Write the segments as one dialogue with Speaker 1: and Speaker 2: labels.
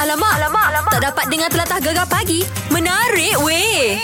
Speaker 1: Alamak, alamak, alamak. Tak dapat dengar telatah gegar pagi. Menarik weh.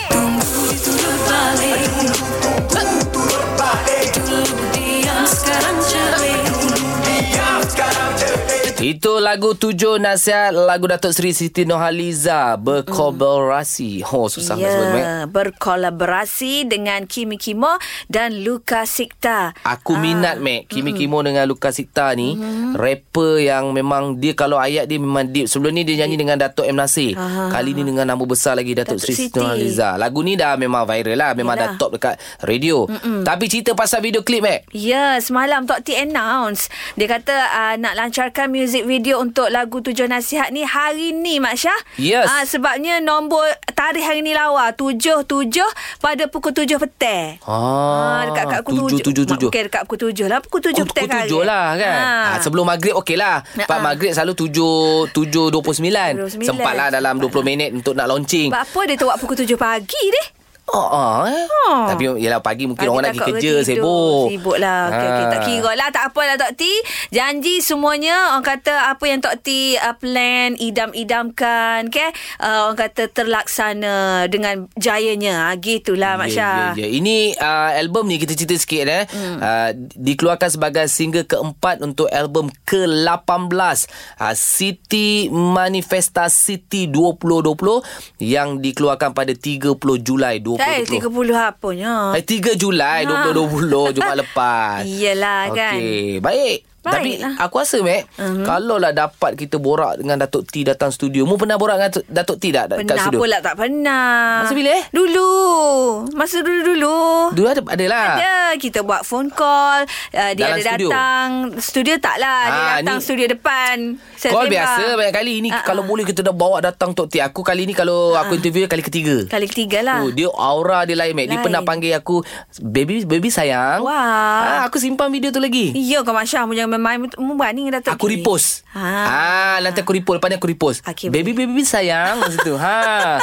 Speaker 2: Itu lagu tujuh nasihat lagu Datuk Seri Siti Nohaliza berkolaborasi. Oh susah yeah. sebut Mac.
Speaker 3: Ya, berkolaborasi dengan Kimi Kimo dan Luka Sikta.
Speaker 2: Aku minat Mac Kimi Kimo dengan Luka Sikta ni rapper yang memang dia kalau ayat dia memang deep. Sebelum ni dia nyanyi dengan Datuk M Nasir. Kali ni dengan nama besar lagi
Speaker 3: Datuk
Speaker 2: Datuk, Seri Siti
Speaker 3: Siti.
Speaker 2: Nohaliza. Lagu ni dah memang viral lah, memang
Speaker 3: Yelah.
Speaker 2: dah top dekat radio. Tapi cerita pasal video klip Mac.
Speaker 3: Ya, semalam Tok T announce. Dia kata uh, nak lancarkan music video untuk lagu Tujuh Nasihat ni hari ni, Mak Syah.
Speaker 2: Yes.
Speaker 3: Ah, sebabnya nombor tarikh hari ni lawa. Tujuh, tujuh pada pukul tujuh petang.
Speaker 2: Ah,
Speaker 3: dekat, dekat pukul
Speaker 2: tujuh,
Speaker 3: tujuh.
Speaker 2: tujuh, tujuh.
Speaker 3: Okey, dekat pukul tujuh lah. Pukul tujuh petang
Speaker 2: Pukul
Speaker 3: hari. Ah. Ya,
Speaker 2: tujuh lah kan ha. Ha, Sebelum maghrib okey lah Pak
Speaker 3: Ha-ha.
Speaker 2: maghrib selalu tujuh Tujuh dua puluh sembilan
Speaker 3: 29.
Speaker 2: Sempat lah dalam dua puluh minit Untuk nak launching
Speaker 3: Sebab apa dia tawak pukul tujuh pagi deh?
Speaker 2: Oh, oh, eh.
Speaker 3: Oh.
Speaker 2: Tapi yelah pagi mungkin
Speaker 3: Pagi
Speaker 2: orang nak
Speaker 3: takut
Speaker 2: pergi kerja
Speaker 3: tidur.
Speaker 2: sibuk. Ah.
Speaker 3: Sibuk lah. Okey, okey. Tak kira lah. Tak apalah Tok T. Janji semuanya orang kata apa yang Tok T uh, plan, idam-idamkan. Okay? Uh, orang kata terlaksana dengan jayanya. Ha, gitulah Mak Syah.
Speaker 2: Ya, ya, ya. Ini uh, album ni kita cerita sikit eh. Hmm. Uh, dikeluarkan sebagai single keempat untuk album ke-18 uh, City Manifesta City 2020 yang dikeluarkan pada 30 Julai 2020.
Speaker 3: Eh, 30 apanya.
Speaker 2: Eh, 3 Julai
Speaker 3: Ha.
Speaker 2: 2020 Jumaat lepas.
Speaker 3: Iyalah, kan. Mhm.
Speaker 2: Okey, baik.
Speaker 3: Baik
Speaker 2: Tapi
Speaker 3: lah.
Speaker 2: aku rasa Mac uh-huh. Kalau lah dapat kita borak Dengan Datuk T datang studio Mu pernah borak dengan Datuk- Datuk T tak Kat
Speaker 3: Pernah
Speaker 2: studio
Speaker 3: pula tak pernah.
Speaker 2: Masa bila, eh?
Speaker 3: Dulu. Masa dulu-dulu.
Speaker 2: Dulu ada, ada lah
Speaker 3: Ada Kita buat phone call uh, Dia
Speaker 2: Dalam
Speaker 3: ada
Speaker 2: studio?
Speaker 3: datang Studio tak lah Dia
Speaker 2: Ah,
Speaker 3: datang
Speaker 2: ni-
Speaker 3: studio depan Saya
Speaker 2: Call
Speaker 3: tembak.
Speaker 2: biasa banyak kali Ini
Speaker 3: Ah,
Speaker 2: uh-uh. kalau
Speaker 3: ah.
Speaker 2: boleh kita dah bawa datang Tok T Aku kali ni kalau uh-uh. aku interview kali ketiga
Speaker 3: Kali ketiga lah
Speaker 2: Oh, dia aura dia lain, Mac. Dia
Speaker 3: Lain.
Speaker 2: pernah panggil aku, baby, baby sayang.
Speaker 3: Wah.
Speaker 2: Ah, aku simpan video tu lagi.
Speaker 3: Ya kau Masya Mu jangan main-main Mu berani dengan Datuk
Speaker 2: Aku
Speaker 3: T.
Speaker 2: repost. Ha.
Speaker 3: ha.
Speaker 2: Ah, nanti aku repost, lepas ni aku repost.
Speaker 3: Okey,
Speaker 2: baby, baby, baby sayang masa tu. Ha.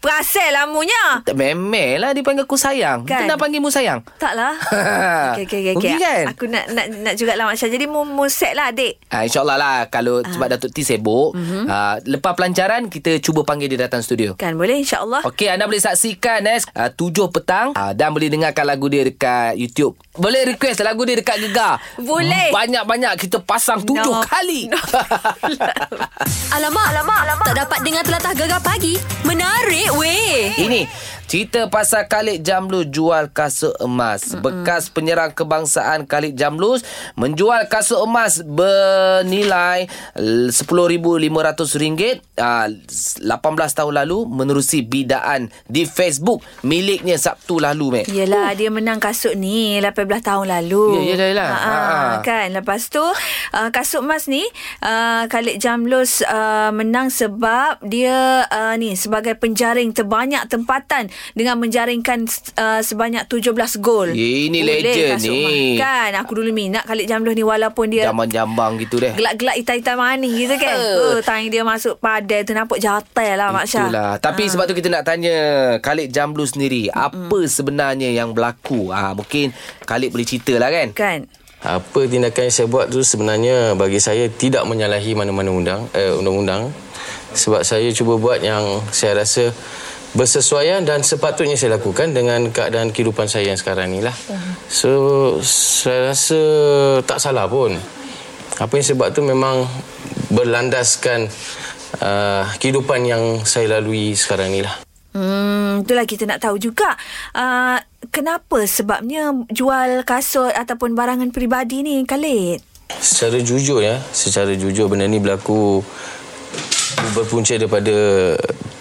Speaker 3: Perasal lah munya
Speaker 2: Tak memel lah dia panggil aku sayang.
Speaker 3: Kan?
Speaker 2: Kan? Kenapa panggil mu sayang?
Speaker 3: Tak lah okay, okay, okay,
Speaker 2: Rugi kan?
Speaker 3: Aku nak nak, nak jugalah Masya Jadi mu, mu set lah adik
Speaker 2: Ah, InsyaAllah lah Kalau sebab Datuk T sibuk
Speaker 3: Mhm.
Speaker 2: uh-huh. ah, Lepas pelancaran Kita cuba panggil dia datang studio
Speaker 3: Kan boleh insyaAllah okay.
Speaker 2: Okey anda boleh saksikan eh ah, 7 petang ah, Dan boleh dengarkan lagu dia dekat YouTube Boleh request lagu dia dekat Gegar
Speaker 3: Boleh.
Speaker 2: Banyak-banyak kita pasang 7
Speaker 3: No.
Speaker 2: kali
Speaker 3: No.
Speaker 1: Alamak, alamak, alamak. Tak dapat dengar telatah gegar pagi. Menarik weh.
Speaker 2: Ini cerita pasal Khalid Jamlus jual kasut emas. Mm-mm. Bekas penyerang kebangsaan Khalid Jamlus menjual kasut emas bernilai RM10,500 ah, 18 tahun lalu menerusi bidaan di Facebook miliknya Sabtu lalu, Mek.
Speaker 3: Yelah dia menang kasut ni 18 tahun
Speaker 2: Ya,
Speaker 3: lalu
Speaker 2: yelah, yelah.
Speaker 3: ha,
Speaker 2: Ha.
Speaker 3: ha. Kan lepas tu uh, kasut emas ni uh, Khalid Jamlos uh, menang sebab dia uh, ni sebagai penjaring terbanyak tempatan Dengan menjaringkan uh, sebanyak 17 gol
Speaker 2: Ya, Ini
Speaker 3: Boleh
Speaker 2: legend
Speaker 3: kasut
Speaker 2: ni.
Speaker 3: emas. Kan aku dulu minat Khalid Jamlos ni walaupun dia
Speaker 2: Zaman jambang gitu deh.
Speaker 3: Gelak-gelak hitam-hitam manis gitu kan
Speaker 2: Eh.
Speaker 3: oh, Time dia masuk padai tu nampak jatai lah Mak Syah
Speaker 2: Itulah. Tapi ha. sebab tu kita nak tanya Khalid Jamlu sendiri, Mm-mm. apa sebenarnya yang berlaku? Ah ha, mungkin Khalid boleh ceritalah kan.
Speaker 3: Kan
Speaker 4: Apa tindakan yang saya buat tu sebenarnya bagi saya tidak menyalahi mana-mana undang eh, undang-undang sebab saya cuba buat yang saya rasa bersesuaian dan sepatutnya saya lakukan dengan keadaan kehidupan saya yang sekarang ni lah. So saya rasa tak salah pun. Apa yang saya buat tu memang berlandaskan uh, kehidupan yang saya lalui sekarang ni lah.
Speaker 3: Hmm, itulah kita nak tahu juga. Uh, kenapa sebabnya jual kasut ataupun barangan peribadi ni, Khalid?
Speaker 4: Secara jujur ya, secara jujur benda ni berlaku berpunca daripada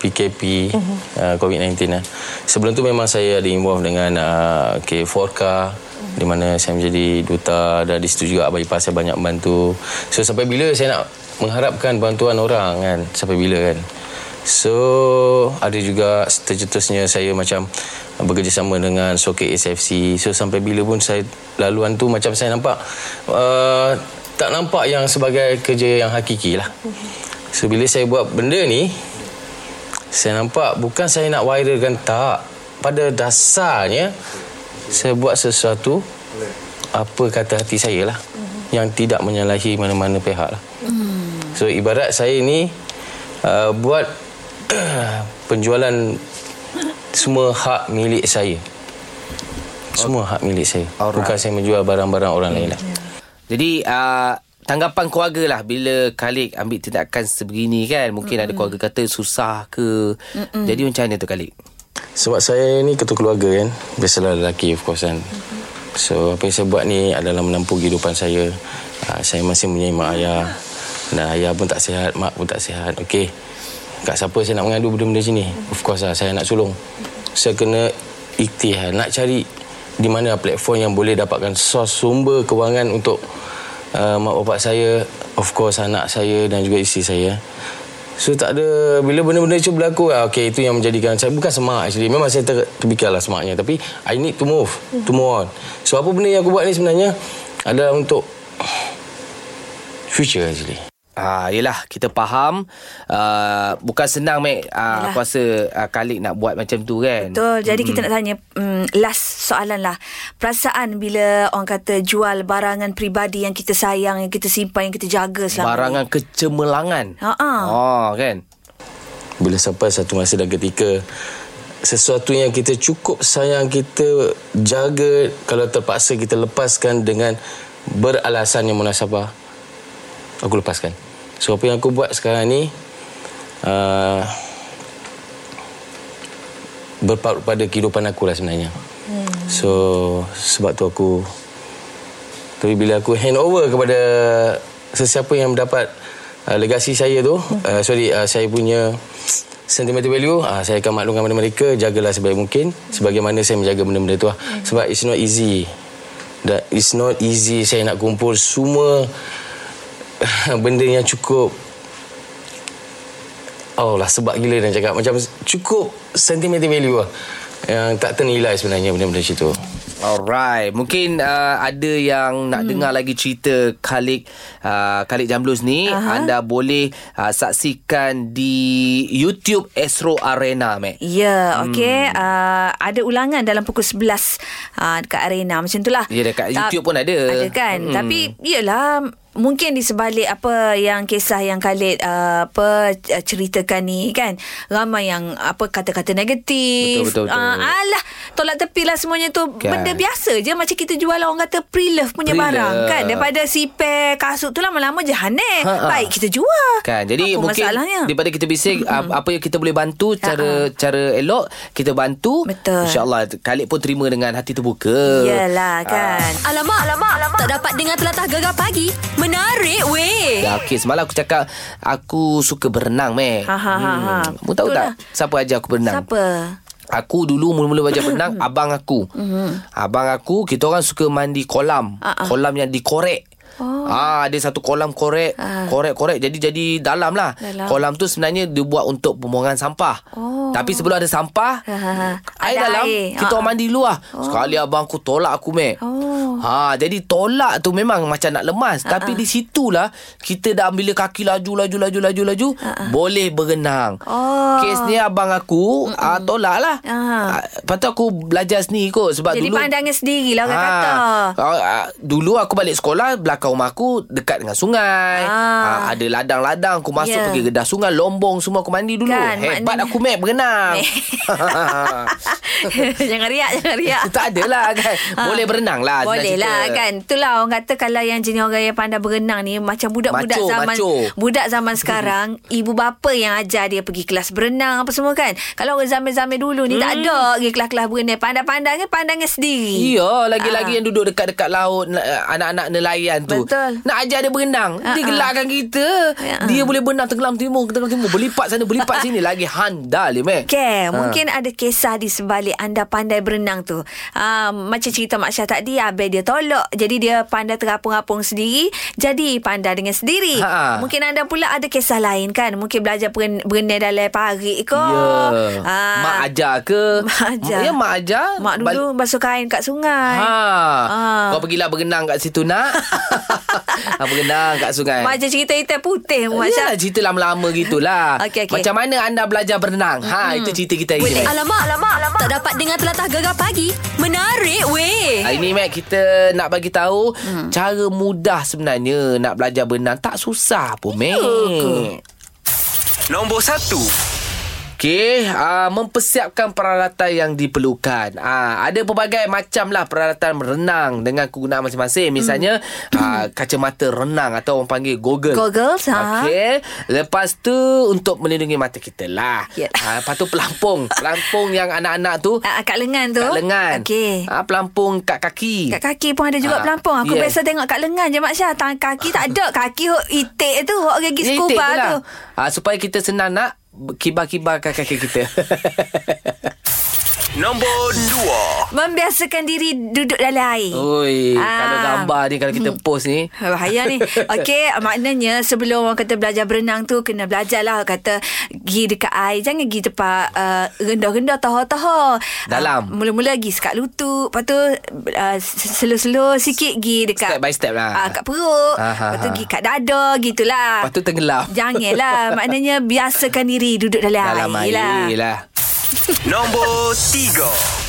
Speaker 4: PKP uh-huh. uh, COVID-19 lah. Sebelum tu memang saya ada involve dengan uh, K4K uh-huh. di mana saya menjadi duta dan di situ juga Abang Ipah saya banyak membantu. So sampai bila saya nak mengharapkan bantuan orang kan? Sampai bila kan? So ada juga tercetusnya saya macam bekerjasama dengan Soket SFC. So sampai bila pun saya laluan tu macam saya nampak uh, tak nampak yang sebagai kerja yang hakiki lah. So bila saya buat benda ni saya nampak bukan saya nak viralkan tak. Pada dasarnya saya buat sesuatu apa kata hati saya lah yang tidak menyalahi mana-mana pihak lah. So ibarat saya ni uh, buat penjualan semua hak milik saya. Semua hak milik saya.
Speaker 2: Alright.
Speaker 4: Bukan saya menjual barang-barang orang lain lah.
Speaker 2: Jadi uh, tanggapan keluarga lah bila Khalid ambil tindakan sebegini kan. Mungkin mm-hmm. ada keluarga kata susah ke. Mm-hmm. Jadi macam mana tu Khalid?
Speaker 4: Sebab saya ni ketua keluarga kan Biasalah lelaki of course kan So apa yang saya buat ni adalah menempuh kehidupan saya uh, Saya masih mempunyai mak ayah Dan ayah pun tak sihat, mak pun tak sihat Okay Kat siapa saya nak mengadu benda-benda sini Of course lah saya nak sulung Saya kena ikhtiar Nak cari di mana platform yang boleh dapatkan source sumber kewangan untuk uh, mak bapak saya Of course anak saya dan juga isteri saya So tak ada Bila benda-benda itu berlaku ah, Okay itu yang menjadikan saya Bukan semak actually Memang saya ter, terfikirlah semaknya Tapi I need to move To move on So apa benda yang aku buat ni sebenarnya Adalah untuk Future actually
Speaker 2: Ah, yelah kita faham uh, Bukan senang Mac uh, Aku rasa uh, Khalid nak buat macam tu kan
Speaker 3: Betul. Jadi kita nak tanya um, last soalan lah. Perasaan bila orang kata jual barangan peribadi yang kita sayang, yang kita simpan, yang kita jaga selama
Speaker 2: Barangan kecemerlangan
Speaker 3: Ha-ha.
Speaker 2: oh, kan
Speaker 4: Bila sampai satu masa dan ketika Sesuatu yang kita cukup sayang Kita jaga Kalau terpaksa kita lepaskan dengan Beralasan yang munasabah Aku lepaskan So apa yang aku buat sekarang ni uh, Berpaut pada kehidupan aku lah sebenarnya hmm. So Sebab tu aku tapi bila aku hand over kepada sesiapa yang mendapat uh, legasi saya tu, uh, sorry uh, saya punya sentimental value, uh, saya akan maklumkan kepada mereka jagalah sebaik mungkin sebagaimana saya menjaga benda-benda tu lah. Sebab it's not easy. That it's not easy saya nak kumpul semua benda yang cukup Oh lah sebab gila dan cakap Macam cukup sentimental value lah Yang tak ternilai sebenarnya benda-benda macam tu
Speaker 2: Alright, mungkin uh, ada yang nak hmm. dengar lagi cerita Khalid uh, Khalid Jamblus ni, Aha. anda boleh uh, saksikan di YouTube Astro Arena, Mac.
Speaker 3: Ya, okey.
Speaker 2: Hmm.
Speaker 3: Uh, ada ulangan dalam pukul 11 uh, dekat arena macam itulah.
Speaker 2: Ya, dekat YouTube pun ada.
Speaker 3: Ada kan.
Speaker 2: Mm.
Speaker 3: Hmm. Tapi iyalah mungkin di sebalik apa yang kisah yang Khalid uh, apa uh, ceritakan ni kan ramai yang apa kata-kata negatif
Speaker 2: Betul, betul, betul.
Speaker 3: Uh, alah tolak tepi lah semuanya tu
Speaker 2: Kan.
Speaker 3: kan. benda biasa je macam kita jual orang kata pre-love punya
Speaker 2: Pre-love.
Speaker 3: barang kan daripada sipir kasut tu lama-lama je hanek
Speaker 2: Ha-ha.
Speaker 3: baik kita jual
Speaker 2: Ha, Kan. Jadi
Speaker 3: apa
Speaker 2: mungkin
Speaker 3: masalahnya
Speaker 2: daripada kita bising mm apa yang kita boleh bantu cara cara elok kita bantu.
Speaker 3: Betul.
Speaker 2: Insya-Allah Khalid pun terima dengan hati terbuka. Ah.
Speaker 3: Yalah kan
Speaker 1: Alamak, alamak, alamak. Tak dapat dengar telatah gegar pagi. Menarik weh.
Speaker 2: Ya, okay. Semalam aku cakap Aku suka berenang meh.
Speaker 3: Ha, ha, ha, ha.
Speaker 2: Kamu tahu
Speaker 3: Betul
Speaker 2: tak Siapa ajar aku berenang
Speaker 3: Siapa?
Speaker 2: Aku dulu mula-mula belajar berenang Abang aku Abang aku Kita orang suka mandi kolam
Speaker 3: Mhm. Ah, ah.
Speaker 2: Kolam yang dikorek Oh. Ah, ada satu kolam korek,
Speaker 3: Ah.
Speaker 2: korek-korek. Jadi jadi dalam lah.
Speaker 3: Dalam.
Speaker 2: Kolam tu sebenarnya dibuat untuk pembuangan sampah.
Speaker 3: Oh.
Speaker 2: Tapi sebelum ada sampah,
Speaker 3: Ha, ha, ha.
Speaker 2: air
Speaker 3: Ada
Speaker 2: dalam
Speaker 3: air.
Speaker 2: kita
Speaker 3: Ah,
Speaker 2: orang mandi luar. Sekali abang aku tolak aku mek.
Speaker 3: Oh. Ah,
Speaker 2: Ha, jadi tolak tu memang macam nak lemas, tapi di situlah kita dah bila kaki laju laju laju laju laju boleh berenang.
Speaker 3: Ah, Oh.
Speaker 2: Kes ni abang aku ah, tolak lah.
Speaker 3: Ah.
Speaker 2: Ah, lepas tu aku belajar sendiri kot sebab
Speaker 3: Jadi
Speaker 2: dulu
Speaker 3: pandangan sendiri lah orang kata.
Speaker 2: ah, ah, dulu aku balik sekolah belakang rumah aku dekat dengan sungai.
Speaker 3: Ah.
Speaker 2: Ah, ada ladang-ladang aku masuk
Speaker 3: Ya.
Speaker 2: pergi gedah sungai, lombong semua aku mandi dulu.
Speaker 3: Kan,
Speaker 2: Hebat
Speaker 3: maknanya-
Speaker 2: aku map berenang.
Speaker 3: jangan riak, jangan riak.
Speaker 2: tak adalah kan. Boleh berenang
Speaker 3: Ah.
Speaker 2: lah senang
Speaker 3: Boleh lah
Speaker 2: cerita.
Speaker 3: kan. Itulah orang kata kalau yang jenis orang yang pandai berenang ni macam budak-budak
Speaker 2: Macho,
Speaker 3: zaman
Speaker 2: macho.
Speaker 3: budak zaman sekarang ibu bapa yang ajar dia pergi kelas berenang apa semua kan. Kalau orang zaman-zaman dulu ni tak ada pergi kelas-kelas berenang pandai-pandai kan pandangan sendiri.
Speaker 2: Hmm. Iya,
Speaker 3: ah.
Speaker 2: lagi-lagi yang duduk dekat-dekat laut na- eh, anak-anak nelayan tu.
Speaker 3: Betul. Ah, Ya.
Speaker 2: Nak ajar dia berenang. Dia gelakkan kita. Dia boleh berenang tenggelam timur, tenggelam timur, berlipat sana, berlipat sini lagi handal Ah, dia, meh.
Speaker 3: Okay, ha. mungkin ada kisah di sebalik anda pandai berenang tu. Ha, macam cerita Mak Syah tadi, Abel dia tolak. Jadi dia pandai terapung-apung sendiri. Jadi pandai dengan sendiri.
Speaker 2: Ha.
Speaker 3: Mungkin anda pula ada kisah lain kan. Mungkin belajar beren- berenang dalam parit ke.
Speaker 2: Ya.
Speaker 3: Ha.
Speaker 2: Mak ajar ke?
Speaker 3: Mak ajar.
Speaker 2: Ya, mak ajar.
Speaker 3: Mak dulu
Speaker 2: Bal-
Speaker 3: basuh kain kat sungai.
Speaker 2: Ha.
Speaker 3: Ah.
Speaker 2: Kau pergilah berenang kat situ nak. ha, Ya, berenang kat sungai.
Speaker 3: Macam cerita hitam putih Mak Syah.
Speaker 2: Yalah, cerita lama-lama gitulah.
Speaker 3: Okey, Hmm. okey.
Speaker 2: Macam mana anda belajar berenang? Ha, itu cerita kita hari ni.
Speaker 1: Boleh. Alamak, alamak, alamak. Tak dapat dengar telatah gegar pagi. Menarik weh.
Speaker 2: Hari ni Ah, Mac kita nak bagi tahu hmm. cara
Speaker 3: Ya
Speaker 2: mudah sebenarnya nak belajar berenang tak susah pun Mac.
Speaker 5: Nombor 1.
Speaker 2: Okey, uh, mempersiapkan peralatan yang diperlukan. Uh, ada pelbagai macam lah peralatan renang dengan kegunaan masing-masing. Misalnya, mm. uh, kacamata renang atau orang panggil goggle.
Speaker 3: Hmm. Goggles, ha.
Speaker 2: Okey. Lepas tu, untuk melindungi mata kita lah.
Speaker 3: Ya.
Speaker 2: Uh, lepas tu, pelampung. pelampung yang anak-anak tu
Speaker 3: Ah, kat lengan tu.
Speaker 2: kat lengan.
Speaker 3: Okey.
Speaker 2: Uh, pelampung kat kaki.
Speaker 3: Kat kaki pun ada juga
Speaker 2: Ah,
Speaker 3: pelampung. Aku
Speaker 2: yeah.
Speaker 3: biasa tengok kat lengan je Mak Syah. Tangan kaki tak ada. Kaki hok itik tu, hok gigi
Speaker 2: Dia
Speaker 3: scuba
Speaker 2: Ya, itik je
Speaker 3: tu.
Speaker 2: Uh, supaya kita senang nak kibar-kibar kat kaki kita.
Speaker 5: Nombor 2.
Speaker 3: Membiasakan diri duduk dalam air.
Speaker 2: Oi,
Speaker 3: Ah.
Speaker 2: kalau gambar ni kalau kita post ni.
Speaker 3: Ha, Bahaya ni Okey Maknanya sebelum orang kata Belajar berenang tu Kena belajar lah orang Kata Gi dekat air Jangan gi tempat uh, Rendah-rendah Tahu-tahu Ah,
Speaker 2: Dalam.
Speaker 3: Mula-mula gi sekat lutut Lepas tu uh, Slow-slow sikit Gi dekat
Speaker 2: Step by step lah.
Speaker 3: uh, Kat perut
Speaker 2: Ah, ah,
Speaker 3: Lepas tu
Speaker 2: ah.
Speaker 3: gi kat dada Gitulah
Speaker 2: Lepas tu tenggelam.
Speaker 3: Janganlah Maknanya Biasakan diri Duduk dalam,
Speaker 2: Dalam air lah. lah.
Speaker 5: Nombor 3.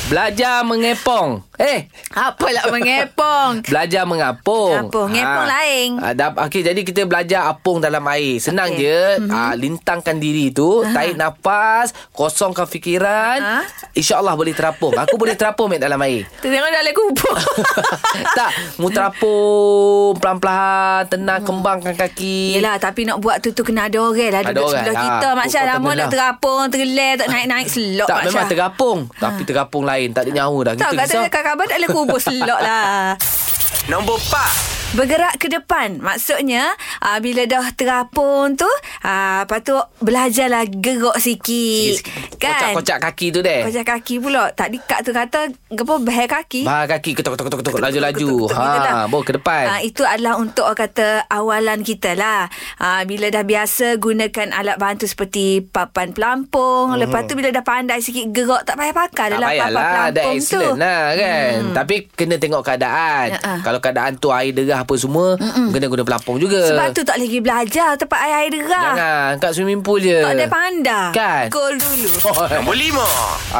Speaker 2: Belajar mengepong. Eh,
Speaker 3: Apa lah mengepong
Speaker 2: belajar mengapung.
Speaker 3: Mengapung. Ngepong lain.
Speaker 2: Ah, dap- Okey, jadi kita belajar apung dalam air. Senang
Speaker 3: Okey. Mhm.
Speaker 2: okay. je. Mm-hmm. Ah, lintangkan diri tu, tarik nafas, kosongkan fikiran.
Speaker 3: Aha.
Speaker 2: InsyaAllah boleh terapung. Aku boleh terapung Mat, dalam air.
Speaker 3: Tu tengok dalam kubur
Speaker 2: tak, mu terapung pelan-pelan, tenang, kembangkan
Speaker 3: Hmm.
Speaker 2: kaki.
Speaker 3: Yelah tapi nak buat tu tu kena ada orang lah
Speaker 2: Ada
Speaker 3: duduk
Speaker 2: orang,
Speaker 3: sebelah
Speaker 2: ha.
Speaker 3: kita Mak Syah
Speaker 2: Kau- kau
Speaker 3: lama nak
Speaker 2: tenggelam.
Speaker 3: terapung tergelar tak naik-naik selok
Speaker 2: tak,
Speaker 3: Mak
Speaker 2: memang
Speaker 3: Syah. Ha.
Speaker 2: terapung. Tapi terapung lain. Tak ada nyawa dah.
Speaker 3: Tak
Speaker 2: Kita
Speaker 3: kata
Speaker 2: risau.
Speaker 3: kakak abang tak boleh kubur selok lah
Speaker 5: Nombor 4.
Speaker 3: Bergerak ke depan Maksudnya aa, Bila dah terapung tu aa, Lepas tu Belajarlah gerak sikit Kan
Speaker 2: Kocak-kocak eh? kaki tu deh.
Speaker 3: Kocak kaki pula Tak dikat tu kata Apa behel kaki
Speaker 2: Bahar kaki ketuk ketuk ketuk ketuk laju-laju.
Speaker 3: Ketuk-ketuk
Speaker 2: Ha,
Speaker 3: gitu lah.
Speaker 2: bawa ke
Speaker 3: Ah,
Speaker 2: depan.
Speaker 3: itu adalah untuk orang kata awalan kita lah. Ah, bila dah biasa gunakan alat bantu seperti papan pelampung. Hmm. Lepas tu bila dah pandai sikit gerak tak payah pakai
Speaker 2: Mhm. Tak
Speaker 3: dalam papan
Speaker 2: payahlah Dah
Speaker 3: pelampung tu.
Speaker 2: excellent lah kan hmm. Tapi kena tengok keadaan
Speaker 3: Ya, ah.
Speaker 2: Kalau keadaan tu air derah apa semua Mm-mm. Kena guna pelampung juga
Speaker 3: Sebab tu tak lagi belajar tempat air-air derah.
Speaker 2: Jangan Kat swimming pool je
Speaker 3: Tak ada pandai.
Speaker 2: Kan?
Speaker 3: Gol dulu.
Speaker 5: Nombor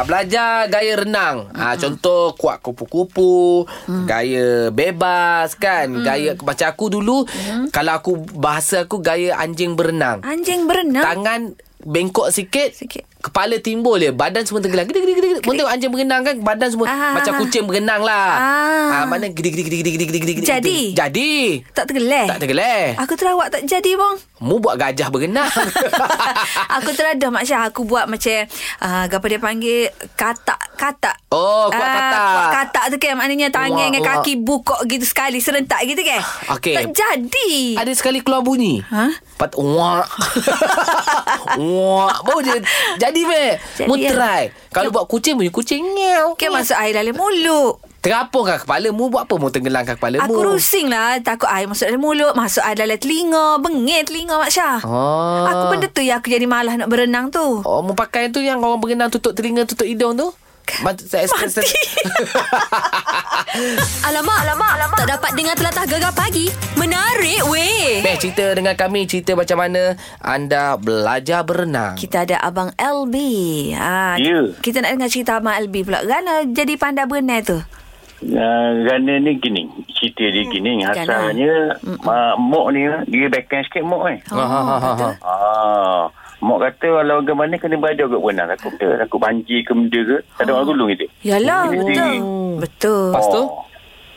Speaker 5: 5.
Speaker 2: Ah, belajar gaya renang. Ah, contoh kuat kupu-kupu,
Speaker 3: Mm.
Speaker 2: gaya bebas kan. Gaya macam aku dulu
Speaker 3: Mm.
Speaker 2: kalau aku bahasa aku gaya anjing berenang.
Speaker 3: Anjing berenang.
Speaker 2: Tangan bengkok sikit,
Speaker 3: Sikit.
Speaker 2: kepala timbul je, badan semua tenggelam. Gede gede gede. gede. Mungkin tengok anjing berenang kan badan semua
Speaker 3: Ah.
Speaker 2: macam kucing berenang lah.
Speaker 3: Ah.
Speaker 2: Ah, mana gede gede gede gede gede gede. gede.
Speaker 3: Jadi? Eh. Ah.
Speaker 2: Jadi.
Speaker 3: Tak tergelar.
Speaker 2: Tak tergelar.
Speaker 3: Aku terawak tak jadi bang.
Speaker 2: Mu buat gajah berenang.
Speaker 3: aku teradah Mak Syah Aku buat macam uh, Apa dia panggil Katak-katak
Speaker 2: Oh, kuat
Speaker 3: Ah,
Speaker 2: katak.
Speaker 3: Kuat katak tu kan Maknanya tangan
Speaker 2: Wah,
Speaker 3: dengan
Speaker 2: wah. Ah,
Speaker 3: kaki Bukok gitu sekali Serentak gitu kan
Speaker 2: Okey.
Speaker 3: Tak jadi
Speaker 2: Ada sekali keluar bunyi.
Speaker 3: Ha?
Speaker 2: Pat wak. wak. Baru dia jadi be.
Speaker 3: Jadi,
Speaker 2: Mu
Speaker 3: ya.
Speaker 2: try. Kalau buat kucing bunyi kucing nyew.
Speaker 3: Kan masuk air dalam mulut
Speaker 2: Terapungkan kepala mu buat apa mu tenggelamkan kepala mu.
Speaker 3: Aku rusing lah Takut air masuk dalam mulut Masuk air dalam telinga Bengit telinga Mak Syah
Speaker 2: Ah.
Speaker 3: Aku benda tu yang aku jadi malah Nak berenang tu
Speaker 2: Oh, mu pakai tu yang orang berenang tutup telinga, tutup hidung tu.
Speaker 3: Kan?
Speaker 2: Mati.
Speaker 1: Alamak, alamak, alamak. Tak dapat dengar telatah gegar pagi. Menarik weh.
Speaker 2: Beh, cerita dengan kami cerita macam mana anda belajar berenang.
Speaker 3: Kita ada Abang LB ha,
Speaker 6: Ya.
Speaker 3: Kita nak dengar cerita Abang LB pula Gana jadi pandai berenang tu
Speaker 6: Uh, Gana ni gini Cerita dia
Speaker 3: Hmm,
Speaker 6: gini Asalnya uh, Mok ni Dia backhand sikit Mok ni
Speaker 2: Ha, ha, ha, ha, ha.
Speaker 6: ah, Mok kata Walau bagaimana Kena berada kot berenang Takut dia Takut banjir ke benda ke Tak ada orang
Speaker 3: Ah.
Speaker 6: tolong kita
Speaker 3: Yalah
Speaker 6: Dia
Speaker 3: betul
Speaker 6: sendiri.
Speaker 3: Betul
Speaker 2: Lepas tu?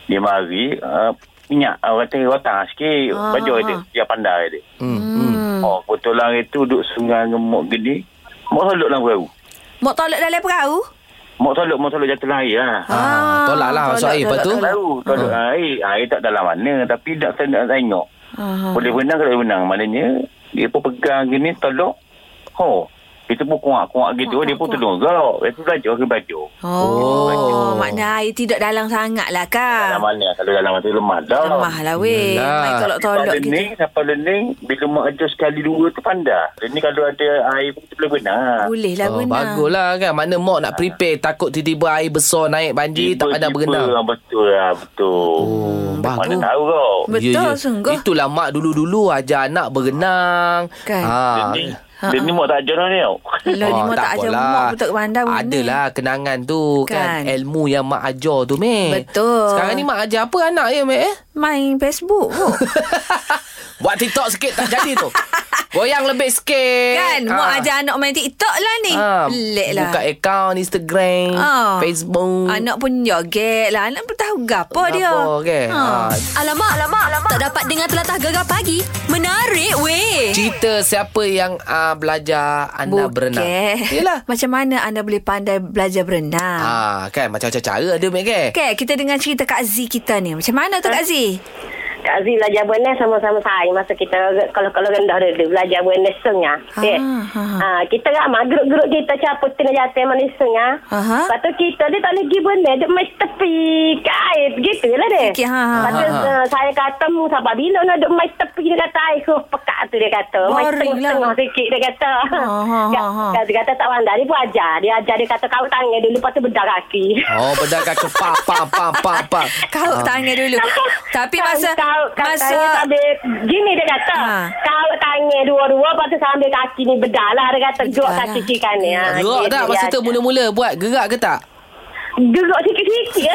Speaker 6: Dia mari uh, Minyak uh, Kata rotan sikit
Speaker 3: Ah,
Speaker 6: Baju
Speaker 3: ah,
Speaker 6: dia
Speaker 3: ah.
Speaker 6: Dia pandai dia
Speaker 2: Hmm.
Speaker 6: hmm. Oh Kebetulan itu Duduk sungai dengan Mok gini Mok solok dalam perahu
Speaker 3: Mak tolak dalam perahu?
Speaker 6: Mok solok Mok solok jatuh dalam air lah
Speaker 3: Ah.
Speaker 2: Ha, tolak lah masuk air. Lepas tu?
Speaker 6: Tahu kalau hmm. air, air tak dalam mana tapi tak nak tengok.
Speaker 3: Aha.
Speaker 6: Boleh benang kalau benang maknanya dia pun pegang gini tolok. Ho. Itu pun kuak-kuak gitu dia pun tolong gerak. Itu baju ke baju.
Speaker 3: Oh,
Speaker 2: Oh.
Speaker 3: makna air tidak dalam sangat lah
Speaker 6: Dalam
Speaker 3: kan?
Speaker 6: mana kalau dalam tu lemah dah.
Speaker 3: Lemah lah weh.
Speaker 2: Yelah.
Speaker 3: Main tolak-tolak
Speaker 6: Sampai
Speaker 3: gitu.
Speaker 6: lening, sampai lening, bila mak ajar sekali dua tu pandai. Lening kalau ada air pun tu boleh benang.
Speaker 3: Boleh lah Ah.
Speaker 2: Oh,
Speaker 3: guna.
Speaker 2: baguslah kan. Mana mok nak prepare takut tiba-tiba air besar naik banjir tak pandai
Speaker 6: Tiba-tiba,
Speaker 2: berenang. Ya,
Speaker 6: Betul lah, betul.
Speaker 2: Oh,
Speaker 6: Mana
Speaker 2: bagus.
Speaker 6: tahu kau.
Speaker 3: Betul, sungguh.
Speaker 2: ya. Itulah mak dulu-dulu ajar anak berenang. Ah.
Speaker 3: Kan.
Speaker 6: Lening,
Speaker 2: Ha,
Speaker 6: lening mak tak ajar dah ni tau.
Speaker 3: Lah ni mak tak ajar mak betul pandai guna.
Speaker 2: Oh, Adalah kenangan tu
Speaker 3: Kan.
Speaker 2: kan. Ilmu yang mak ajar tu, Mek.
Speaker 3: Betul.
Speaker 2: Sekarang ni mak ajar apa anak ya, Mek? eh?
Speaker 3: Main Facebook pun.
Speaker 2: Buat TikTok sikit tak jadi tu. Goyang lebih sikit.
Speaker 3: Kan? Ha. Mak
Speaker 2: Ah.
Speaker 3: ajar anak main TikTok lah ni. Ha.
Speaker 2: Ah,
Speaker 3: Pelik lah.
Speaker 2: Buka akaun Instagram,
Speaker 3: Ah.
Speaker 2: Facebook.
Speaker 3: Anak pun joget lah. Anak pun tahu gapo dia. Ha.
Speaker 2: Apa, okay? Ah.
Speaker 1: Alamak, alamak, alamak. Tak dapat dengar telatah gegar pagi. Menarik weh.
Speaker 2: Cerita siapa yang uh, belajar anda berenang. Yelah.
Speaker 3: Macam mana anda boleh pandai belajar berenang? Ha.
Speaker 2: Ah, kan macam-macam cara ada Mek kan.
Speaker 3: Okay, kita dengar cerita Kak Z kita ni. Macam mana tu Kak Z?
Speaker 7: Kak Zee belajar bernes sama-sama saya masa kita kalau kalau rendah dia belajar bernes sengah.
Speaker 3: Ah,
Speaker 7: Okay.
Speaker 3: ha.
Speaker 7: Ah, kita ramai grup-grup kita caput kena jatuh mana sengah.
Speaker 3: Aha.
Speaker 7: Lepas tu kita dia tak boleh pergi bernes dia main tepi ke air gitu lah dia.
Speaker 3: Okey, ha, ha,
Speaker 7: Lepas tu
Speaker 2: ha, ha.
Speaker 7: ah, saya kata mu sabar bila nak duk main tepi dia kata air ke pekat tu dia kata. Main
Speaker 3: Boring lah.
Speaker 7: tengah-tengah sikit dia kata.
Speaker 3: Ha, ha, ha, ha.
Speaker 7: Kak Zee kata tak pandai dia pun ajar. Dia ajar dia kata kau tangan dulu lepas tu bedah kaki.
Speaker 2: Oh, bedah kaki pa pa pa pa pa. Ah.
Speaker 3: Kau tanya dulu. Tapi masa
Speaker 7: kau, kau
Speaker 3: masa
Speaker 7: tanya sambil gini dia kata.
Speaker 3: Ha.
Speaker 7: Kau tanya dua-dua lepas tu sambil kaki ni bedah lah dia kata
Speaker 3: Bedah
Speaker 7: gerak
Speaker 3: lah.
Speaker 7: kaki kiri kanan. Ha,
Speaker 2: Gerak
Speaker 7: gitu
Speaker 2: tak
Speaker 7: dia
Speaker 2: masa tu
Speaker 7: ajar.
Speaker 2: mula-mula buat gerak ke tak?
Speaker 7: Gerak sikit-sikit ya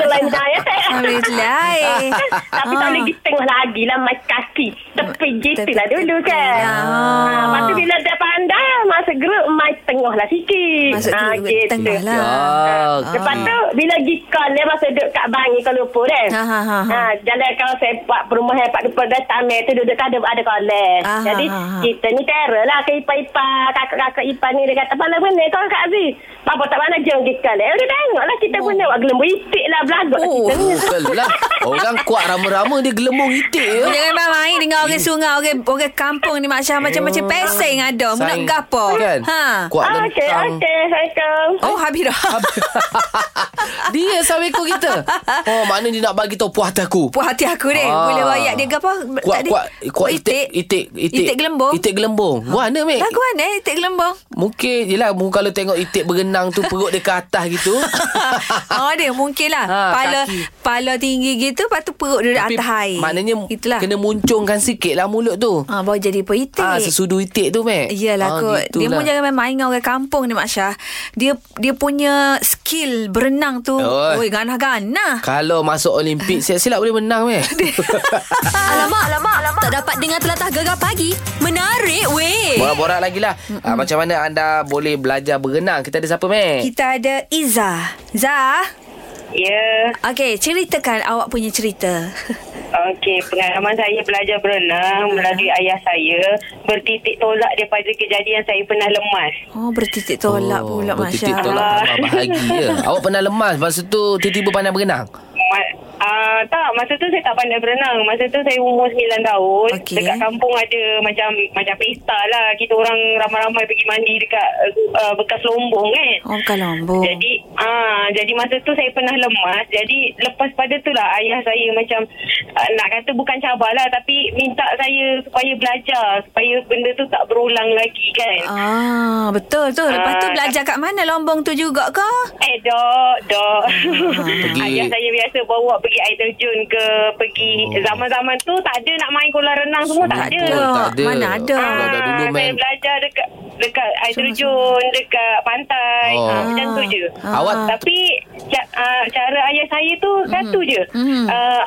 Speaker 3: Sikit lah
Speaker 7: jalan
Speaker 3: macam-
Speaker 7: saya tak.
Speaker 3: Sambil jalan.
Speaker 7: Tapi tak
Speaker 3: Ha.
Speaker 7: boleh pergi tengah lagi lah mas kaki. Tepi gitu
Speaker 3: tepi-
Speaker 7: lah dulu kan.
Speaker 3: Ha.
Speaker 7: Ha, Lepas tu bila dah pandai masuk gerak mas tengah lah sikit.
Speaker 3: Masuk
Speaker 7: Ha,
Speaker 3: gerak tengah lah.
Speaker 2: Ah,
Speaker 7: Ha, Lepas tu bila gikon dia masa duduk kat bangi kalau lupa kan.
Speaker 3: Ha, ha, ha, ha.
Speaker 7: Ha, jalan kalau sepak perumahan hepat depan dah tamat eh. tu duduk kat ada ada kolej.
Speaker 3: Ah,
Speaker 7: Jadi
Speaker 3: ha, ha.
Speaker 7: kita ni terror lah ke ipar-ipar, kakak-kakak ipar ni dia kata pandai benar kau Kak Aziz. Papa tak pandai jom gikon. Eh dia tengok lah kita guna buat gelembung itik lah belagak lah
Speaker 3: Oh.
Speaker 7: kita ni.
Speaker 2: Oh, kelah. Orang kuat rama-rama dia gelembung itik ya.
Speaker 3: Jangan main-main dengan orang sungai, orang orang kampung ni macam macam macam pesing ada. Mu nak
Speaker 2: Saing-
Speaker 3: gapo?
Speaker 2: Kan?
Speaker 3: Ha.
Speaker 2: Kuat
Speaker 7: Ah, Okey,
Speaker 2: lentang.
Speaker 7: okey. Assalamualaikum.
Speaker 3: Oh, habis dah.
Speaker 2: dia sampai ikut kita. Oh, maknanya dia nak bagi tahu puas hati aku.
Speaker 3: Puas hati aku ni.
Speaker 2: Ah.
Speaker 3: Boleh wayak dia ke apa?
Speaker 2: Kuat
Speaker 3: Tadi- Oh,
Speaker 2: kuat kuat itik itik
Speaker 3: Itik gelembung. Ha.
Speaker 2: Itik gelembung. Mana Mek?
Speaker 3: Lagu mana eh, itik gelembung?
Speaker 2: Mungkin Yelah mu- Kalau tengok itik berenang tu Perut dia ke atas gitu
Speaker 3: oh dia mungkin lah
Speaker 2: Ha,
Speaker 3: Pala
Speaker 2: kaki.
Speaker 3: Pala tinggi gitu Lepas tu perut dia
Speaker 2: Tapi
Speaker 3: atas air
Speaker 2: Maknanya
Speaker 3: Itulah
Speaker 2: Kena muncungkan sikit lah mulut tu
Speaker 3: ha, Baru jadi politik
Speaker 2: Ah, Sesudu itik tu Mek
Speaker 3: Iyalah
Speaker 2: Ah,
Speaker 3: kot Dia
Speaker 2: gitulah.
Speaker 3: pun jangan main-main Dengan orang kampung ni Mak Syah Dia dia punya skill Berenang tu
Speaker 2: Oi.
Speaker 3: Oi ganah-ganah
Speaker 2: Kalau masuk Olimpik Siap-siap boleh menang Mek
Speaker 1: Alamak, alamak, alamak. Tak dapat dengar telatah gegar pagi. Menarik weh.
Speaker 2: Borak-borak lagi lah ah, Macam mana anda Boleh belajar berenang Kita ada siapa Mek?
Speaker 3: Kita ada Iza Za
Speaker 8: Ya,
Speaker 3: Okay ceritakan awak punya cerita
Speaker 8: okey. Pengalaman saya belajar berenang melalui ayah saya bertitik tolak daripada kejadian saya pernah lemas.
Speaker 3: Oh bertitik tolak
Speaker 2: Oh,
Speaker 3: pula Mak
Speaker 2: Bertitik
Speaker 3: Syah
Speaker 2: tolak tambah bahagi ya. Awak pernah lemas Masa tu tiba-tiba pandai berenang
Speaker 8: Ma- uh, tak, masa tu saya tak pandai berenang. Masa tu saya umur 9 tahun.
Speaker 3: Okey.
Speaker 8: Okay. Dekat kampung ada macam macam pesta lah. Kita orang ramai-ramai pergi mandi dekat uh, bekas lombong kan.
Speaker 3: Oh bukan lombong
Speaker 8: Jadi ah jadi masa tu saya pernah lemas. Jadi lepas pada tu lah ayah saya macam ah, nak kata bukan cabar lah tapi minta saya supaya belajar supaya benda tu tak berulang lagi kan.
Speaker 3: Ah, betul tu. Lepas tu
Speaker 8: Ah.
Speaker 3: belajar kat mana lombong tu juga ke?
Speaker 8: Eh dok, dok.
Speaker 2: Pergi.
Speaker 8: Ayah saya biasa bawa pergi air terjun ke, pergi
Speaker 2: Oh.
Speaker 8: zaman-zaman tu tak ada nak main kolam renang semua Oh, tak ada.
Speaker 2: Betul, tak ada
Speaker 3: Mana ada.
Speaker 8: Ah,
Speaker 2: Kalau dah dulu
Speaker 8: saya
Speaker 2: main
Speaker 8: belajar dekat dekat air terjun, dekat pantai.
Speaker 2: Oh.
Speaker 8: Oh. Ah, macam tu je.
Speaker 2: Ah. Awak-
Speaker 8: tapi ca- ah, cara ayah saya tu
Speaker 3: Hmm.
Speaker 8: satu je.
Speaker 3: Mhm.
Speaker 8: Ah,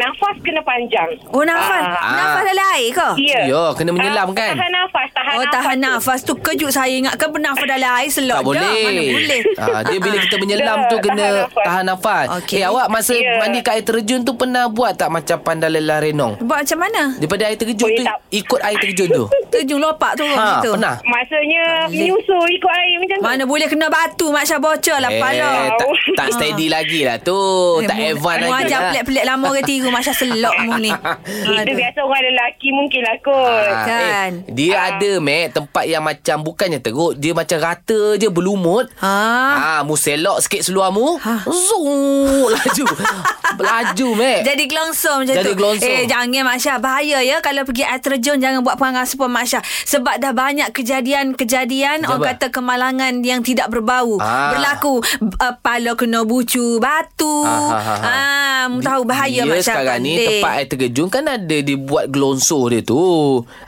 Speaker 8: nafas kena panjang.
Speaker 3: Oh, nafas.
Speaker 8: Ah.
Speaker 3: Nafas dalam air ke?
Speaker 8: Ya.
Speaker 2: Ya, kena menyelam
Speaker 8: Ah,
Speaker 2: kan?
Speaker 8: Tahan nafas, tahan
Speaker 3: Oh,
Speaker 8: nafas.
Speaker 3: tahan
Speaker 8: tu.
Speaker 3: nafas tu kejut saya ingat kan bernafas dalam air selot
Speaker 2: tak boleh.
Speaker 3: dah. Mana boleh.
Speaker 2: Ha, dia bila kita menyelam tu
Speaker 8: Dah,
Speaker 2: kena
Speaker 8: tahan nafas.
Speaker 2: tahan nafas.
Speaker 3: Okey.
Speaker 2: Okay. Eh awak masa yeah.
Speaker 8: Ya.
Speaker 2: mandi kat air terjun tu pernah buat tak macam pandai lelah renong?
Speaker 3: Ah, Buat macam mana?
Speaker 2: Daripada air terjun
Speaker 8: Boleh
Speaker 2: tu
Speaker 8: tak?
Speaker 2: ikut air terjun tu.
Speaker 3: Terjun lopak tu
Speaker 2: ha,
Speaker 3: gitu.
Speaker 2: pernah.
Speaker 8: Maksudnya menyusul ikut air macam tu.
Speaker 3: Ah, Mana boleh kena batu Mak Syah bocor lah pala. Eh,
Speaker 2: Eh, tak, tak steady lagi lah tu. tak
Speaker 3: mu-
Speaker 2: advance
Speaker 3: mu
Speaker 2: lagi
Speaker 3: ajar
Speaker 2: lah.
Speaker 3: pelik-pelik lama orang tiru Mak Syah selok mu ni.
Speaker 8: Itu
Speaker 3: Aduh.
Speaker 8: biasa orang lelaki mungkin lah kot.
Speaker 2: Ah,
Speaker 3: Kan?
Speaker 2: Eh, dia ada Mac tempat yang macam bukannya teruk, dia macam rata je berlumut.
Speaker 3: Ha.
Speaker 2: Ah, mu selok sikit seluar mu.
Speaker 3: Ha.
Speaker 2: Zung, laju. Laju Mac.
Speaker 3: Jadi gelongsor macam
Speaker 2: Eh. Jadi
Speaker 3: tu.
Speaker 2: gelongsor.
Speaker 3: Eh, jangan Mak Syah. Bahaya ya kalau pergi air terjun jangan buat pengarang super Mak Syah. Sebab dah banyak kejadian-kejadian orang
Speaker 2: Sebab?
Speaker 3: kata kemalangan yang tidak berbau.
Speaker 2: Ah.
Speaker 3: Berlaku uh, pala kena bucu, batu.
Speaker 2: Ah, ah, ah, ah.
Speaker 3: Ah, mu tahu bahaya
Speaker 2: dia
Speaker 3: Mak
Speaker 2: Ya, sekarang ni
Speaker 3: pandai.
Speaker 2: tempat air terjun kan ada dibuat gelonso dia tu.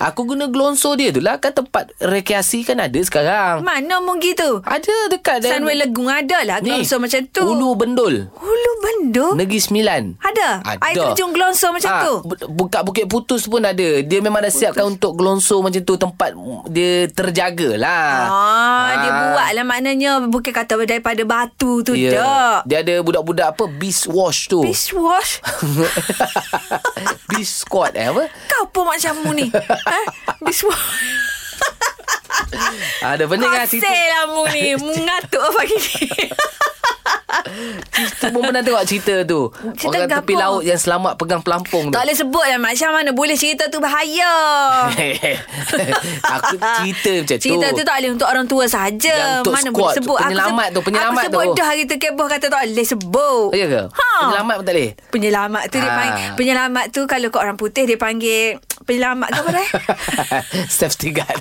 Speaker 2: Aku guna gelonso dia tu lah kan tempat rekreasi kan ada sekarang.
Speaker 3: Mana mungkin tu?
Speaker 2: Ada dekat dalam-
Speaker 3: Sunway Legung ada lah Glonso macam tu.
Speaker 2: Ulu Bendul.
Speaker 3: Hulu Bendung?
Speaker 2: Negeri Sembilan Ah,
Speaker 3: Ada? Air terjun gelonso macam tu?
Speaker 2: bu- Buka Bukit Putus pun ada Dia memang dah siapkan Untuk gelonso macam tu Tempat dia terjaga lah
Speaker 3: Ah, dia buat lah maknanya bukan kata daripada batu tu
Speaker 2: Ya.
Speaker 3: yeah. tak.
Speaker 2: Dia ada budak-budak apa Beast wash tu
Speaker 3: Fish wash.
Speaker 2: Beast squat eh apa
Speaker 3: Kau pun macam mu ni. eh? Fish wash.
Speaker 2: Ada benda kan
Speaker 3: Asyik
Speaker 2: Situ
Speaker 3: lah mu ni. Mu ngatuk lah pagi ni.
Speaker 2: Tu pun pernah tengok cerita tu
Speaker 3: Cerita
Speaker 2: Orang tepi
Speaker 3: gapo?
Speaker 2: laut Yang selamat pegang pelampung tu
Speaker 3: tak boleh sebut lah macam mana. Boleh cerita tu bahaya.
Speaker 2: Aku cerita macam tu
Speaker 3: Cerita tu tak boleh untuk orang tua sahaja.
Speaker 2: Yang untuk
Speaker 3: Mana
Speaker 2: squad
Speaker 3: boleh
Speaker 2: tu,
Speaker 3: sebut.
Speaker 2: penyelamat
Speaker 3: aku
Speaker 2: tu, penyelamat
Speaker 3: aku sebut
Speaker 2: tu.
Speaker 3: dah hari tu keboh kata tak boleh sebut.
Speaker 2: Ya ke?
Speaker 3: Ha.
Speaker 2: Penyelamat pun tak boleh
Speaker 3: Penyelamat tu dia
Speaker 2: Ah.
Speaker 3: panggil. Penyelamat tu kalau kat orang putih dia panggil penyelamat ke apa dah?
Speaker 2: Safety guard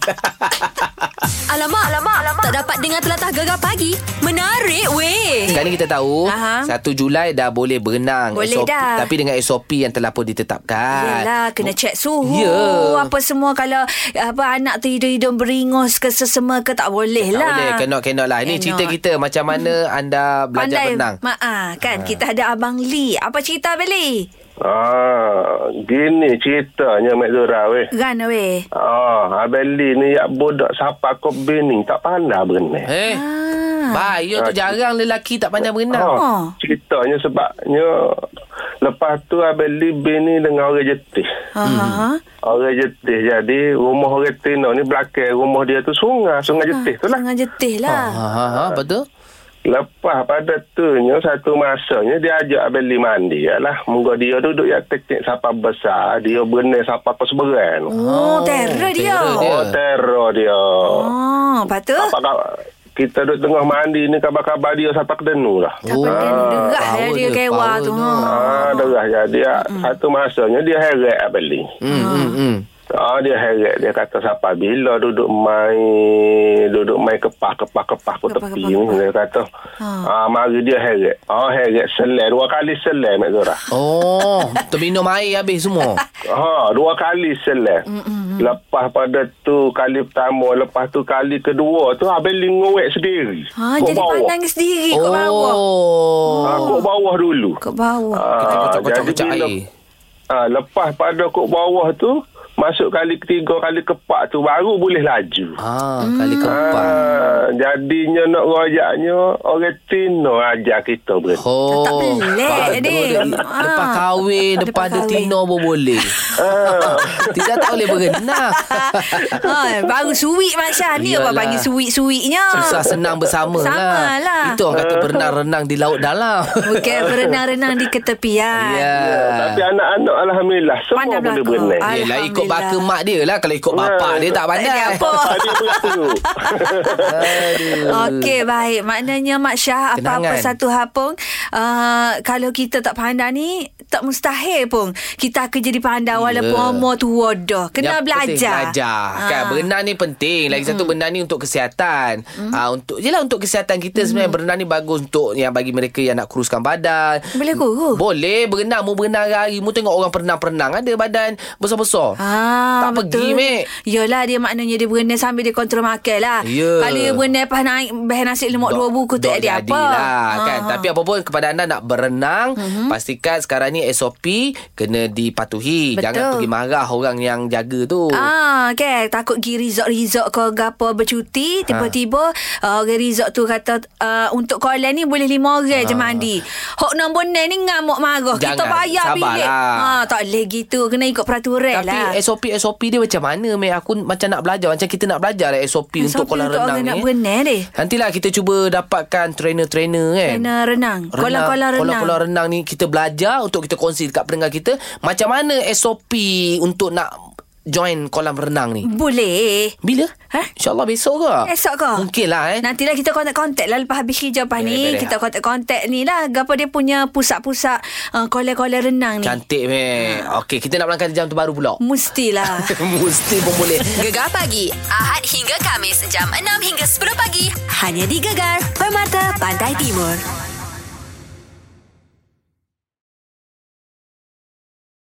Speaker 1: Alamak, alamak, alamak. Tak dapat dengar telatah gegar pagi. Menarik weh.
Speaker 2: Sekarang ni kita tahu
Speaker 3: Aha.
Speaker 2: 1 Julai dah boleh berenang
Speaker 3: Boleh dah.
Speaker 2: Tapi dengan SOP yang telah pun ditetapkan
Speaker 3: Yelah kena cek suhu
Speaker 2: Ya.
Speaker 3: Apa semua Kalau apa anak tu hidung-hidung beringus ke Sesema ke tak boleh
Speaker 2: Tak
Speaker 3: lah
Speaker 2: boleh Cannot cannot lah Ini
Speaker 3: Cannot.
Speaker 2: cerita kita Macam mana anda belajar
Speaker 3: Pandai
Speaker 2: berenang
Speaker 3: ma- ah, Kan kita ada Abang Lee Apa cerita Abang Lee?
Speaker 9: Ah, gini ceritanya Mak Zura weh.
Speaker 3: Run away
Speaker 9: Ah, Abang Lee ni yak budak siapa kau bening tak pandai berenang.
Speaker 2: Eh
Speaker 3: Ah.
Speaker 2: Bahaya tu jarang lelaki tak pandai
Speaker 3: Ha.
Speaker 2: berenang
Speaker 9: Ah,
Speaker 3: Oh.
Speaker 9: ceritanya sebabnya lepas tu Abang Lee bini dengan orang jetih.
Speaker 2: Hmm.
Speaker 3: Ha-ha.
Speaker 9: Orang jetih jadi rumah orang Tino ni belakang rumah dia tu sungai, sungai jetih tu lah.
Speaker 3: Jangan jetih lah
Speaker 2: Ha ha ha betul
Speaker 9: Lepas pada tu satu masanya dia ajak Abang Lee mandi ya lah. Munggu dia duduk yak teknik siapa besar, dia berenang siapa kau seberang.
Speaker 3: Oh, terror dia.
Speaker 2: terror dia.
Speaker 9: Oh, teror dia.
Speaker 3: Oh, lepas tu
Speaker 9: Apa khabar? Kita duduk tengah mandi ni khabar-khabar dia sampai ke denu lah.
Speaker 3: Tak pandai derah
Speaker 2: Oh, power
Speaker 3: dia, dia kewa
Speaker 2: power
Speaker 3: tu
Speaker 2: dia.
Speaker 3: ha.
Speaker 9: Ah, derah je. Dia satu masanya dia heret Abang Lee.
Speaker 2: Hmm, hmm, hmm.
Speaker 9: Ah, dia heret. Dia kata siapa bila duduk main duduk main kepah kepah kepah ke
Speaker 3: Kepah,
Speaker 9: tepi
Speaker 3: kepah,
Speaker 9: ni.
Speaker 3: kepah. Ha.
Speaker 9: Dia kata, ah, mari dia heret. Ah, heret selai. Dua kali selai, Mak Zora.
Speaker 2: Oh Terminum air habis semua
Speaker 9: Ha, dua kali selai.
Speaker 3: Mm,
Speaker 9: Lepas pada tu kali pertama, lepas tu kali kedua tu Abang Lee ngowek sendiri.
Speaker 3: Ha,
Speaker 9: Kau
Speaker 3: jadi
Speaker 9: bawa.
Speaker 3: pandang sendiri kat bawah.
Speaker 2: Oh
Speaker 9: Ah, kok bawah dulu.
Speaker 3: Kat bawah.
Speaker 9: Ah,
Speaker 2: Kocok-kocok
Speaker 9: jadi
Speaker 2: air
Speaker 9: bila- Ah, lepas pada kok bawah tu, masuk kali ketiga, kali keempat tu baru boleh laju.
Speaker 2: Ah, kali
Speaker 3: Hmm.
Speaker 2: keempat
Speaker 9: Ah, jadinya nak rojaknya orang Tino ajar kita ber.
Speaker 2: Oh,
Speaker 3: Tak pelik,
Speaker 2: patut
Speaker 3: Din.
Speaker 2: dia- Lepas
Speaker 3: Ah.
Speaker 2: kahwin, depan
Speaker 3: Lepas
Speaker 2: ada
Speaker 3: kahwin.
Speaker 2: Tino pun boleh.
Speaker 9: Ah.
Speaker 2: Tidak tak boleh berenang.
Speaker 3: ha, baru suwik Mak Syah ni
Speaker 2: Iyalah.
Speaker 3: apa panggil suwik-suwiknya.
Speaker 2: Susah senang bersama
Speaker 3: Sama lah.
Speaker 2: Itu orang
Speaker 9: Ah.
Speaker 2: kata berenang-renang di laut dalam.
Speaker 3: Bukan berenang-renang di ketepian.
Speaker 2: Ya.
Speaker 9: Tapi anak-anak Alhamdulillah semua
Speaker 3: Pandai
Speaker 9: boleh
Speaker 3: belaka.
Speaker 9: berenang.
Speaker 3: Ah.
Speaker 2: Yelah ikut baka
Speaker 3: Alhamdulillah.
Speaker 2: mak dia lah Kalau ikut bapak dia tak
Speaker 3: Tak ada
Speaker 2: pandai
Speaker 3: apa.
Speaker 9: Adik begitu.
Speaker 3: Okey baik Maknanya Mak Syah Apa-apa
Speaker 2: Kenangan.
Speaker 3: satu hal pun uh, Kalau kita tak pandai ni Tak mustahil pun Kita akan jadi pandai Walaupun
Speaker 2: Ya.
Speaker 3: umur tua dah Kena
Speaker 2: Yang penting
Speaker 3: belajar Ah.
Speaker 2: Belajar ha. kan Berenang ni penting Lagi satu berenang ni untuk kesihatan
Speaker 3: Mm-hmm.
Speaker 2: mm. ha, untuk, Yelah untuk kesihatan kita sebenarnya Berenang ni bagus untuk Yang bagi mereka yang nak kuruskan badan
Speaker 3: Boleh kurus?
Speaker 2: Boleh berenang Mu berenang hari Mu tengok orang perenang-perenang Ada badan besar-besar
Speaker 3: Ah,
Speaker 2: Tak pergi,
Speaker 3: betul.
Speaker 2: Mek.
Speaker 3: Yelah, dia maknanya dia berenang sambil dia kontrol makan lah.
Speaker 2: Ya.
Speaker 3: Kalau dia berenang lepas naik bahan nasi lemak dua buku tu tak jadi apa.
Speaker 2: Lah,
Speaker 3: Ha,
Speaker 2: kan?
Speaker 3: ha.
Speaker 2: Tapi apa pun kepada anda nak berenang,
Speaker 3: Mm-hmm.
Speaker 2: pastikan sekarang ni SOP kena dipatuhi.
Speaker 3: Betul.
Speaker 2: Jangan pergi marah orang yang jaga tu.
Speaker 3: Ah, okay. Takut pergi resort-resort ke gapo
Speaker 2: Ah.
Speaker 3: bercuti, tiba-tiba ha. orang resort tu kata uh, untuk kolam ni boleh lima orang je mandi. Hok nombor 6 ni ngamuk marah. Kita
Speaker 2: Ah. Jangan.
Speaker 3: bayar
Speaker 2: Sabarlah.
Speaker 3: bilik. Ha, tak boleh gitu. Kena ikut peraturan
Speaker 2: Tapi eh,
Speaker 3: lah.
Speaker 2: SOP-SOP dia macam mana Mek? Aku macam nak belajar Macam kita nak belajar lah SOP, untuk
Speaker 3: SOP
Speaker 2: kolam
Speaker 3: untuk orang
Speaker 2: renang
Speaker 3: nak
Speaker 2: ni
Speaker 3: berenang ni.
Speaker 2: Nantilah kita cuba dapatkan trainer-trainer kan
Speaker 3: Kena renang. Kolam-kolam renang.
Speaker 2: Kolam-kolam renang ni kita belajar untuk kita kongsi dekat pendengar kita macam mana SOP untuk nak join kolam renang ni.
Speaker 3: Boleh.
Speaker 2: Bila?
Speaker 3: Hah?
Speaker 2: InsyaAllah besok ke?
Speaker 3: Esok Ha? ke?
Speaker 2: Mungkin lah eh. Ya,
Speaker 3: Nantilah kita kontak-kontak lah lepas habis kerja lepas ni.
Speaker 2: Boleh, boleh.
Speaker 3: Kita kontak-kontak ni lah. Gapa dia punya pusat-pusat uh, kolam-kolam renang ni.
Speaker 2: Cantik meh.
Speaker 3: Ha.
Speaker 2: Okey, kita nak melangkah jam tu baru pula.
Speaker 3: Hmm. Mestilah.
Speaker 2: Mesti pun boleh.
Speaker 1: Gegar pagi. Ahad hingga Kamis. Jam 6 hingga 10 pagi. Hanya di Gegar. Permata Pantai Timur.